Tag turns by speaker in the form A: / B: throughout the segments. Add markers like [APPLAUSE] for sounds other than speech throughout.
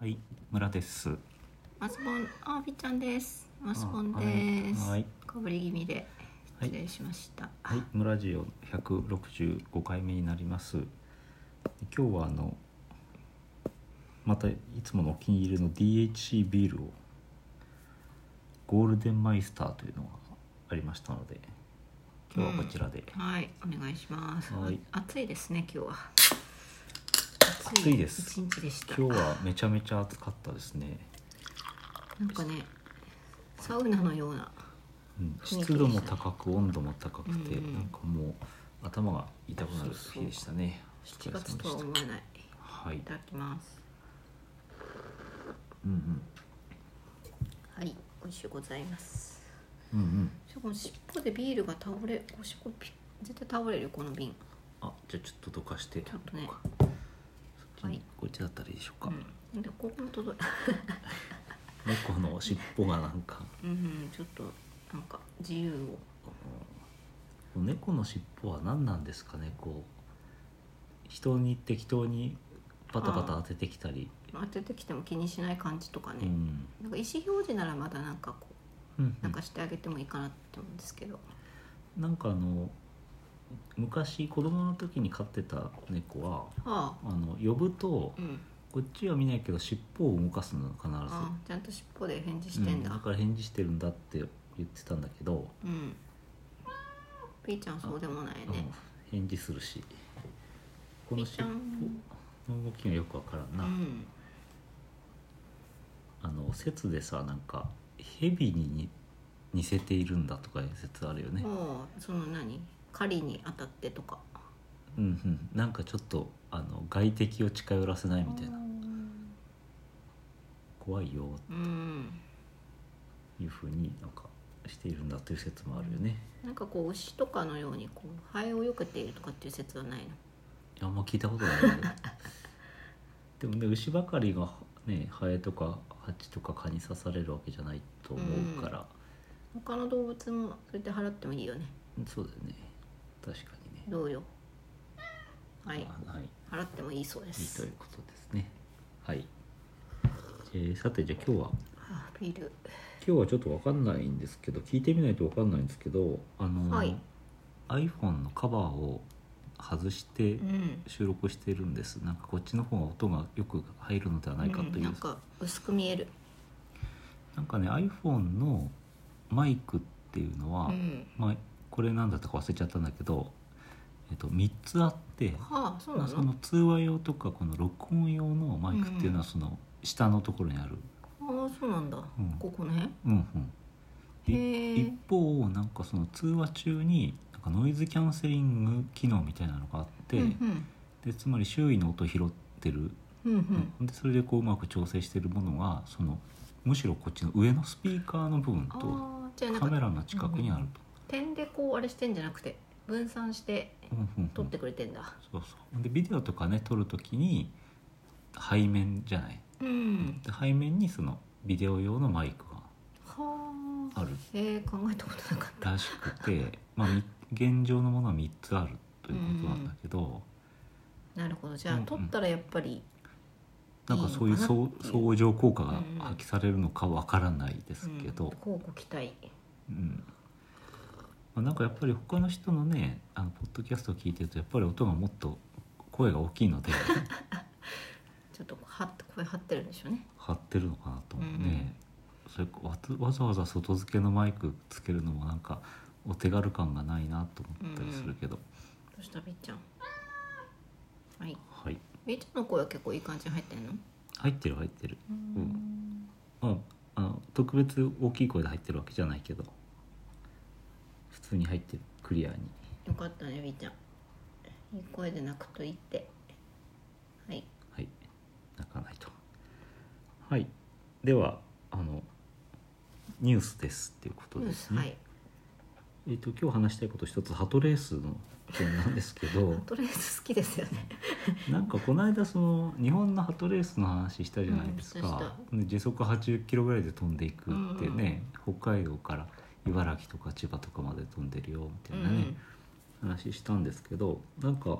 A: はい、村です。
B: マスボン、あ、ぴっちゃんです。マスボン
A: あ
B: です。
A: はいはい
B: 小ぶり気味で
A: はい
B: 失礼しました。
A: はい、村ジオ165回目になります。今日はあのまたいつものお気に入りの DHC ビールをゴールデンマイスターというのがありましたので、今日はこちらで。
B: はい、お願いします。
A: はい
B: あ暑いですね、今日は。
A: 暑いです
B: 一日でした。
A: 今日はめちゃめちゃ暑かったですね。
B: なんかね、サウナのような。
A: うん、
B: 雰囲気でした
A: 湿度も高く温度も高くて、
B: うんうん
A: なんかもう頭が痛くなる日でしたね。
B: 7
A: お疲れ様で
B: 月
A: した
B: とは思えない。
A: はい
B: い。ただきます。
A: うんうん。
B: はい、美味しゅうございます。
A: うんうん。
B: しかも尻尾でビールが倒れ、こう尻尾ピ絶対倒れるよこの瓶。
A: あじゃあちょっとどかして
B: ちょっとね。はい
A: こっちだったらいいでしょうか、
B: うん、でここも届い。
A: 猫の尻尾がなんか
B: うん、ちょっとなんか自由を。
A: この猫の尻尾は何なんですかねこう人に適当にパタパタ当ててきたり、
B: 当ててきても気にしない感じとかね、
A: うん
B: なんか意思表示ならまだなんかこう
A: うん
B: なんかしてあげてもいいかなって思うんですけど、
A: なんかあの昔子供の時に飼ってた猫は
B: は
A: あの呼ぶと
B: あ、うん
A: こっちは見ないけど尻尾を動かすの必ず
B: あちゃんと尻尾で返事してんだ
A: うんだから返事してるんだって言ってたんだけど、
B: うん、ピーちゃんそうでもない
A: うん
B: ね
A: 返事するしこ
B: ピ
A: の
B: ー
A: 尻
B: ちゃ
A: 尾
B: ん
A: の動きがよくわからん
B: う
A: な、
B: ん
A: あの説でさなんかヘビにに似せているんだとかいう説あるよね、
B: もうその何狩りに当たってとか
A: うん、うんなんかちょっとあの外敵を近寄らせないみたいな怖いよ
B: うん
A: というふうになんかしているんだという説もあるよね
B: なんかこう牛とかのようにこうハエをよけているとかっていう説はないの
A: いやあんま聞いたことない [LAUGHS] けどでもね牛ばかりがねハエとかハチとか蚊に刺されるわけじゃないと思うから、
B: 他の動物もそれで払ってもいいよね
A: そうだよね確かにね
B: どうよはい
A: あはい
B: 払ってもいいそうで
A: いいと
B: す
A: いうことですねはい、えーさてじゃあ今日は
B: あビール
A: 今日はちょっと分かんないんですけど聞いてみないと分かんないんですけどあのー、
B: はい
A: iPhone のカバーを外して
B: うん
A: 収録してるんです、なんかこっちの方が音がよく入るのではないかという、
B: う
A: な
B: んなんん
A: か
B: か薄く見える
A: ね iPhone のマイクっていうのは、
B: うん
A: まあ、これなんだったか忘れちゃったんだけど、えっと、3つあって、
B: はあそう
A: ま
B: な
A: あ、そ
B: の
A: の通話用とかこの録音用のマイクっていうの
B: うんうん
A: はその下のところにある、
B: ああそうなんだ、
A: うん
B: ここね
A: うんうん、い
B: へえ
A: 一方なんかその通話中になんかノイズキャンセリング機能みたいなのがあって、
B: うん
A: でつまり周囲の音を拾ってる、
B: うんうんうん
A: でそれでこううまく調整してるものがそのむしろこっちの上のスピーカーの部分
B: あ
A: と
B: あじゃあな
A: カ
B: ん
A: メ
B: か
A: ラの近くにあると。
B: 点でこうあれしてんじゃなくて分散して
A: うんうんうん
B: 撮ってくれてんだ
A: そうそうでビデオとかね撮るときに背面じゃない、
B: うん、
A: で背面にそのビデオ用のマイクが
B: はあ
A: ある
B: えー、考えたことなかった
A: らしくて、まあ、み現状のものは3つあるということなんだけど。
B: なるほどじゃあ、
A: うんうん
B: 撮ったらやっぱり
A: なんかそういう
B: いいのかな
A: 相
B: っていう
A: 相乗効果が
B: うんうん
A: 発揮されるのかわからないですけ
B: うん
A: ど、
B: こうご期待
A: うんまあ、なんかやっぱり他の人のねあのポッドキャストを聞いてるとやっぱり音がもっと声が大きいので
B: ちょっとはって声張ってるんでしょうね
A: 張ってるのかなと思うね、それわつわざわざ外付けのマイクつけるのもなんかお手軽感がないなと思ったりするけど、
B: どうしたびっちゃんはい
A: はい
B: みーちゃんの声は結構いい感じに入ってんの
A: 入ってる入ってる、
B: うん
A: まあ、あの特別大きい声で入ってるわけじゃないけど普通に入ってるクリアに。
B: よかったねみーちゃんいい声で泣くといいってはい
A: はい、泣かないと。はい、では、あの。ニュースですっていうこと
B: ニュ
A: で
B: ー
A: す
B: ス
A: ね。
B: はい、
A: えっ、と、今日話したいこと一つ、ハトレースの件なんですけど
B: とりあえず好きですよね
A: なんかこの間、その日本のハトレースの話したじゃないです
B: うん
A: か。で時速80キロぐらいで飛んでいくってね、北海道から茨城とか千葉とかまで飛んでるよみたいなね。話したんですけどなんか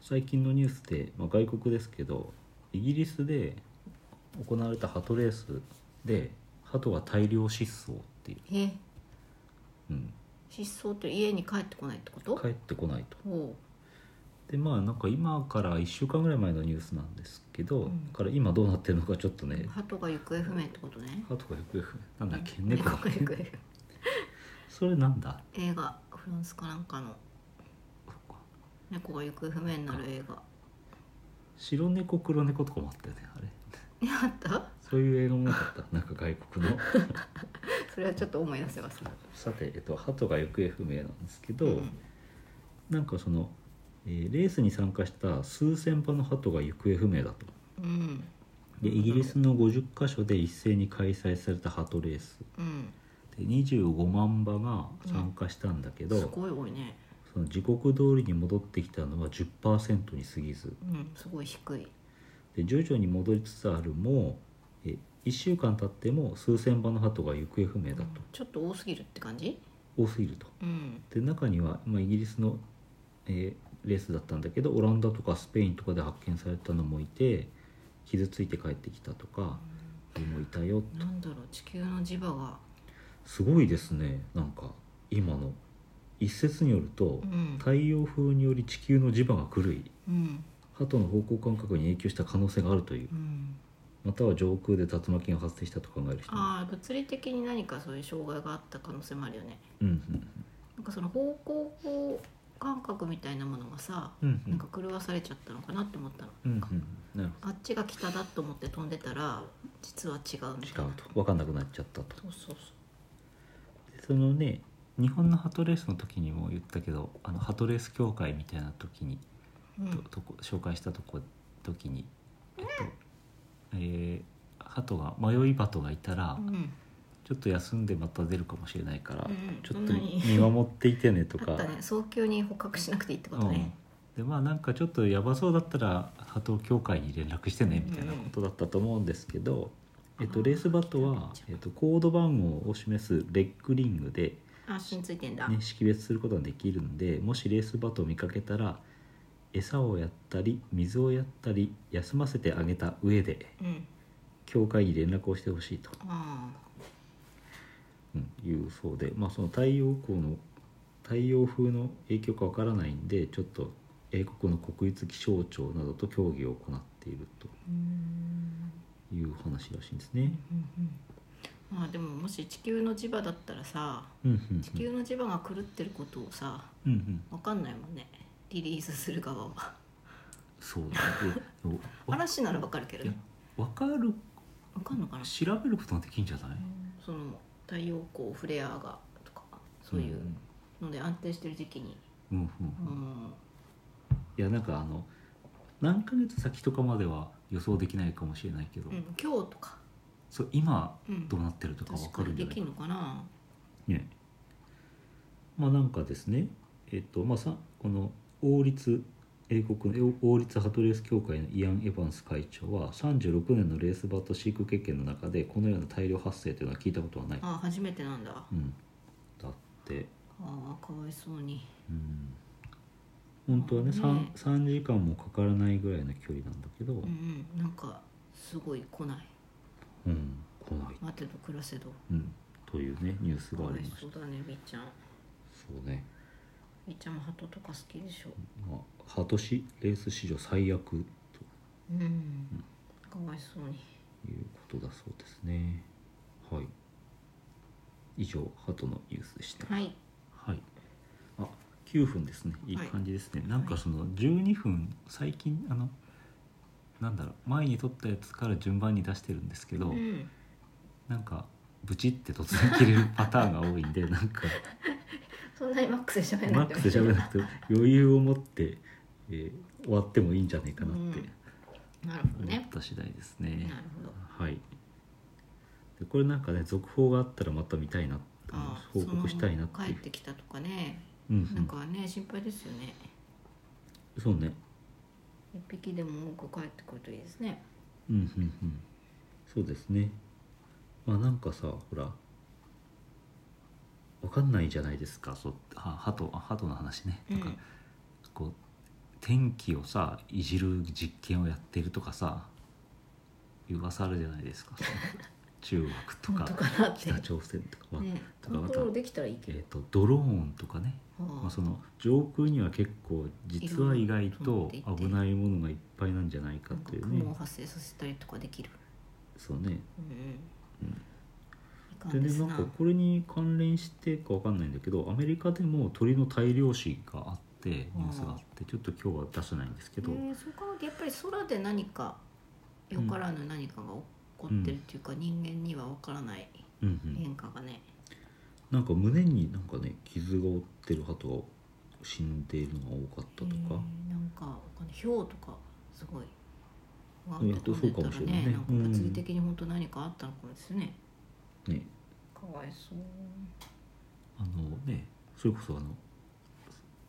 A: 最近のニュースで、まあ、外国ですけどイギリスで行われたハトレースでハトが大量失踪っていう、
B: え
A: うん、
B: 失踪って家に帰ってこないってこと
A: 帰ってこないと
B: おう
A: でまあなんか今から1週間ぐらい前のニュースなんですけど、
B: うん
A: だから今どうなってるのかちょっとね、
B: 鳩が行方不明ってことね
A: ハトが行方不明なんだっけ猫
B: が行方不明
A: それなんだ
B: 映画フランスかなんかの
A: そっか
B: 猫が行方不明になる映画
A: 白猫黒猫とかもあったよねあれ
B: えあった
A: そういう映画もなかったなんか外国
B: [LAUGHS]
A: の
B: それはちょっと思い出せます
A: さて、えっと、ハトが行方不明なんですけど、
B: うん
A: なんかその、えーレースに参加した数千羽のハトが行方不明だと
B: うん
A: でイギリスの50カ所で一斉に開催されたハトレース
B: うん
A: で25万羽が参加したんだけど、
B: すごい多いね
A: その時刻通りに戻ってきたのは10%に過ぎず
B: うんすごい低い
A: で徐々に戻りつつあるもえ1週間経っても数千羽のハトが行方不明だと、
B: ちょっと多すぎるって感じ
A: 多すぎると
B: うん
A: で中には、まあ、イギリスの、えーレースだったんだけどオランダとかスペインとかで発見されたのもいて傷ついて帰ってきたとかもいたよと
B: なんだろう地球の磁場が
A: すごいですねなんか今の一説によると
B: うん
A: 太陽風により地球の磁場が狂い
B: うん
A: 鳩の方向感覚に影響した可能性があるという
B: うん
A: または上空で竜巻が発生したと考える人も
B: ああ物理的に何かそういう障害があった可能性もあるよね
A: うんうん
B: なんかその方向感覚みたいなものがさ
A: うんう
B: なん
A: ん
B: か狂わされちゃったのかなって思ったの、
A: うんうんなる
B: あっちが北だと思って飛んでたら実は違うみた
A: ほ
B: い
A: ど違
B: な
A: うと分かんなくなっちゃったと
B: そうそうそう
A: でそのね日本のハトレースの時にも言ったけどあのハトレース協会みたいな時に、
B: うん
A: ととこ紹介したとこ時にえっと、えー鳩が迷い鳩がいたら、
B: うん
A: ちょっと休んでまた出るかもしれないから、
B: うんうん
A: ちょ
B: そ
A: っ
B: ん
A: と
B: なに
A: 見守っていてねと
B: あ
A: か
B: ったね早急に捕獲しなくていいってことね、
A: うん、でまあなんかちょっとやばそうだったら鳩協会に連絡してねみたいなことだったと思うんですけど、
B: うん
A: えっと、レースバットは、えっと、コード番号を示すレッグリングで、
B: あ足についてんだ、
A: ね、識別することができるんでもしレースバットを見かけたら餌をやったり水をやったり休ませてあげた上で
B: うん
A: 協会に連絡をしてほしいと、
B: あ
A: うん、いうそうで、まあ、その太陽光の太陽風の影響かわからないんでちょっと英国の国立気象庁などと協議を行っている
B: ーうーん
A: という話らしいんですね。
B: うんうんまあでももし地球の磁場だったらさ
A: うんうんうん
B: 地球の磁場が狂ってることをさ
A: うんうん、
B: わかんないもんねリリースする側は
A: そうだねでもわ
B: 嵐ならわかるけど
A: いや
B: ね
A: わかる
B: わかんのかな
A: 調べることができんじゃない、
B: その太陽光フレアがとかそういうので安定してる時期に、
A: うんうんうん
B: うん、
A: いやなんかあの何ヶ月先とかまでは予想できないかもしれないけど、
B: うん、今日とか、
A: そう今
B: うん、
A: どうなってるとか分
B: 確
A: か
B: か
A: る
B: に
A: んじ
B: で
A: ゃない
B: き
A: か
B: るのかな
A: ねまあなんかですねえっとまあさこの王立英国の王立ハトレース協会のイアン・エヴァンス会長は36年のレースバット飼育経験の中でこのような大量発生というのは聞いたことはない、
B: ああ初めてなんだあ
A: うん、だって
B: あかわいそうに
A: うん本当はね
B: ね
A: 3, 3時間もかからないぐらいの距離なんだけど、
B: うんうんなんかすごい来ない
A: うん、来ない
B: 待てど暮らせど
A: うん、というねニュース
B: か
A: があ
B: わ
A: り
B: い
A: ました
B: そうだねみーちゃん
A: そうね、
B: みーちゃんも鳩とか好きでしょ
A: まあ、ハトシレース史上最悪と
B: うんかわいそうに
A: いうことだそうですねはい以上ハトのニュースでした
B: はい
A: はいあ9分ですねいい
B: はい
A: 感じですね、なんかその12分最近あのなんだろう前に撮ったやつから順番に出してるんですけど、
B: うん
A: なんかブチって突然切れるパターンが多いん
B: [LAUGHS]
A: でなんか
B: そんなにマックスでしゃべら
A: マ
B: な
A: ッ
B: くて
A: クスで喋らなくて余裕を持って、えー終わってもいいんじゃないかなって
B: なるほど
A: 思っ
B: ね
A: た次第ですね
B: なるほど
A: はいでこれなんかね続報があったらまた見たいな
B: ああ
A: 報告したいなっ
B: その
A: てい
B: 帰っ
A: う
B: てきたとかね
A: うんう
B: なん
A: ん
B: かね心配ですよね
A: そうね
B: 一匹でも多く帰ってくるといいですね
A: うんうんうんそうですねまあなんかさほらわかんないじゃないですかそうは鳩あ鳩の話ねなんか、
B: うん
A: こう天気をさいじる実験をやってるとかさ言わされるじゃないですかそ
B: [LAUGHS]
A: の中国と
B: 本
A: か
B: 当かなって
A: 北朝鮮とかは、
B: ね
A: と
B: コ
A: か
B: ン
A: ま
B: ト
A: た
B: ロールできたらいいけ
A: え
B: ど
A: ー、とドローンとかね、
B: あ
A: ま
B: あ
A: あ、その上空には結構実はい
B: ろ
A: 意
B: い
A: 外
B: ろ
A: と
B: 飛んでいて
A: 危ないものがいっぱいなんじゃないか
B: な
A: っ
B: んか
A: ていうね
B: 雲を発生させたりとかできる
A: そうね
B: うんうんいか
A: で
B: んで
A: ね
B: す
A: なん
B: な
A: かこれに関連してかわかんないんだけどアメリカでも鳥の大量死があってニュースがあってちょっと今日は出せないんですけど、
B: えーそう考えるとやっぱり空で何かよからぬ何かが起こってるっていうか、人間にはわからない
A: うんうん、
B: 変化がね、
A: なんか胸になんかね傷が負ってる鳩が死んでいるのが多かったと
B: えー
A: か、
B: なんかわかんないひょうとかすごいわ
A: うん
B: ーって飛ん
A: そ
B: で
A: うかも
B: た
A: し
B: ら
A: れないね
B: ねなんか物理的に本当何かあったのかもですね、
A: ね
B: かわいそう
A: あのねそれこそあの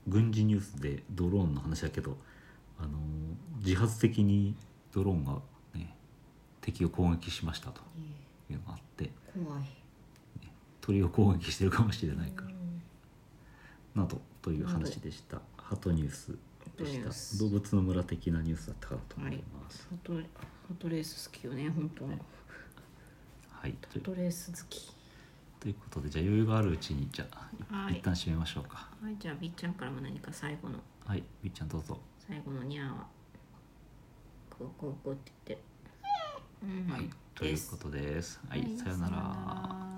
A: 軍事ニュースでドローンの話だけどあの自発的にドローンが、ね、敵を攻撃しましたと
B: いい
A: いうのがあって
B: え怖い
A: 鳥を攻撃してるかもしれないから
B: うん
A: などという話でしたハトニュースで
B: 鳩ニ
A: し
B: ュース
A: た動物の村的なニュースだったかなと思います。
B: ハトレハトレース好きよね本当ハ
A: はい、と
B: トレース好き
A: ということでじゃあ余裕があるうちにじゃあ
B: はい
A: 一旦締めましょうか。
B: はいじゃあ B ちゃんからも何か最後の
A: はい、みっちゃんどうぞ。
B: 最後のニャーはクワクワクワって言ってる、うん
A: はい、ということです。はい、さようなら。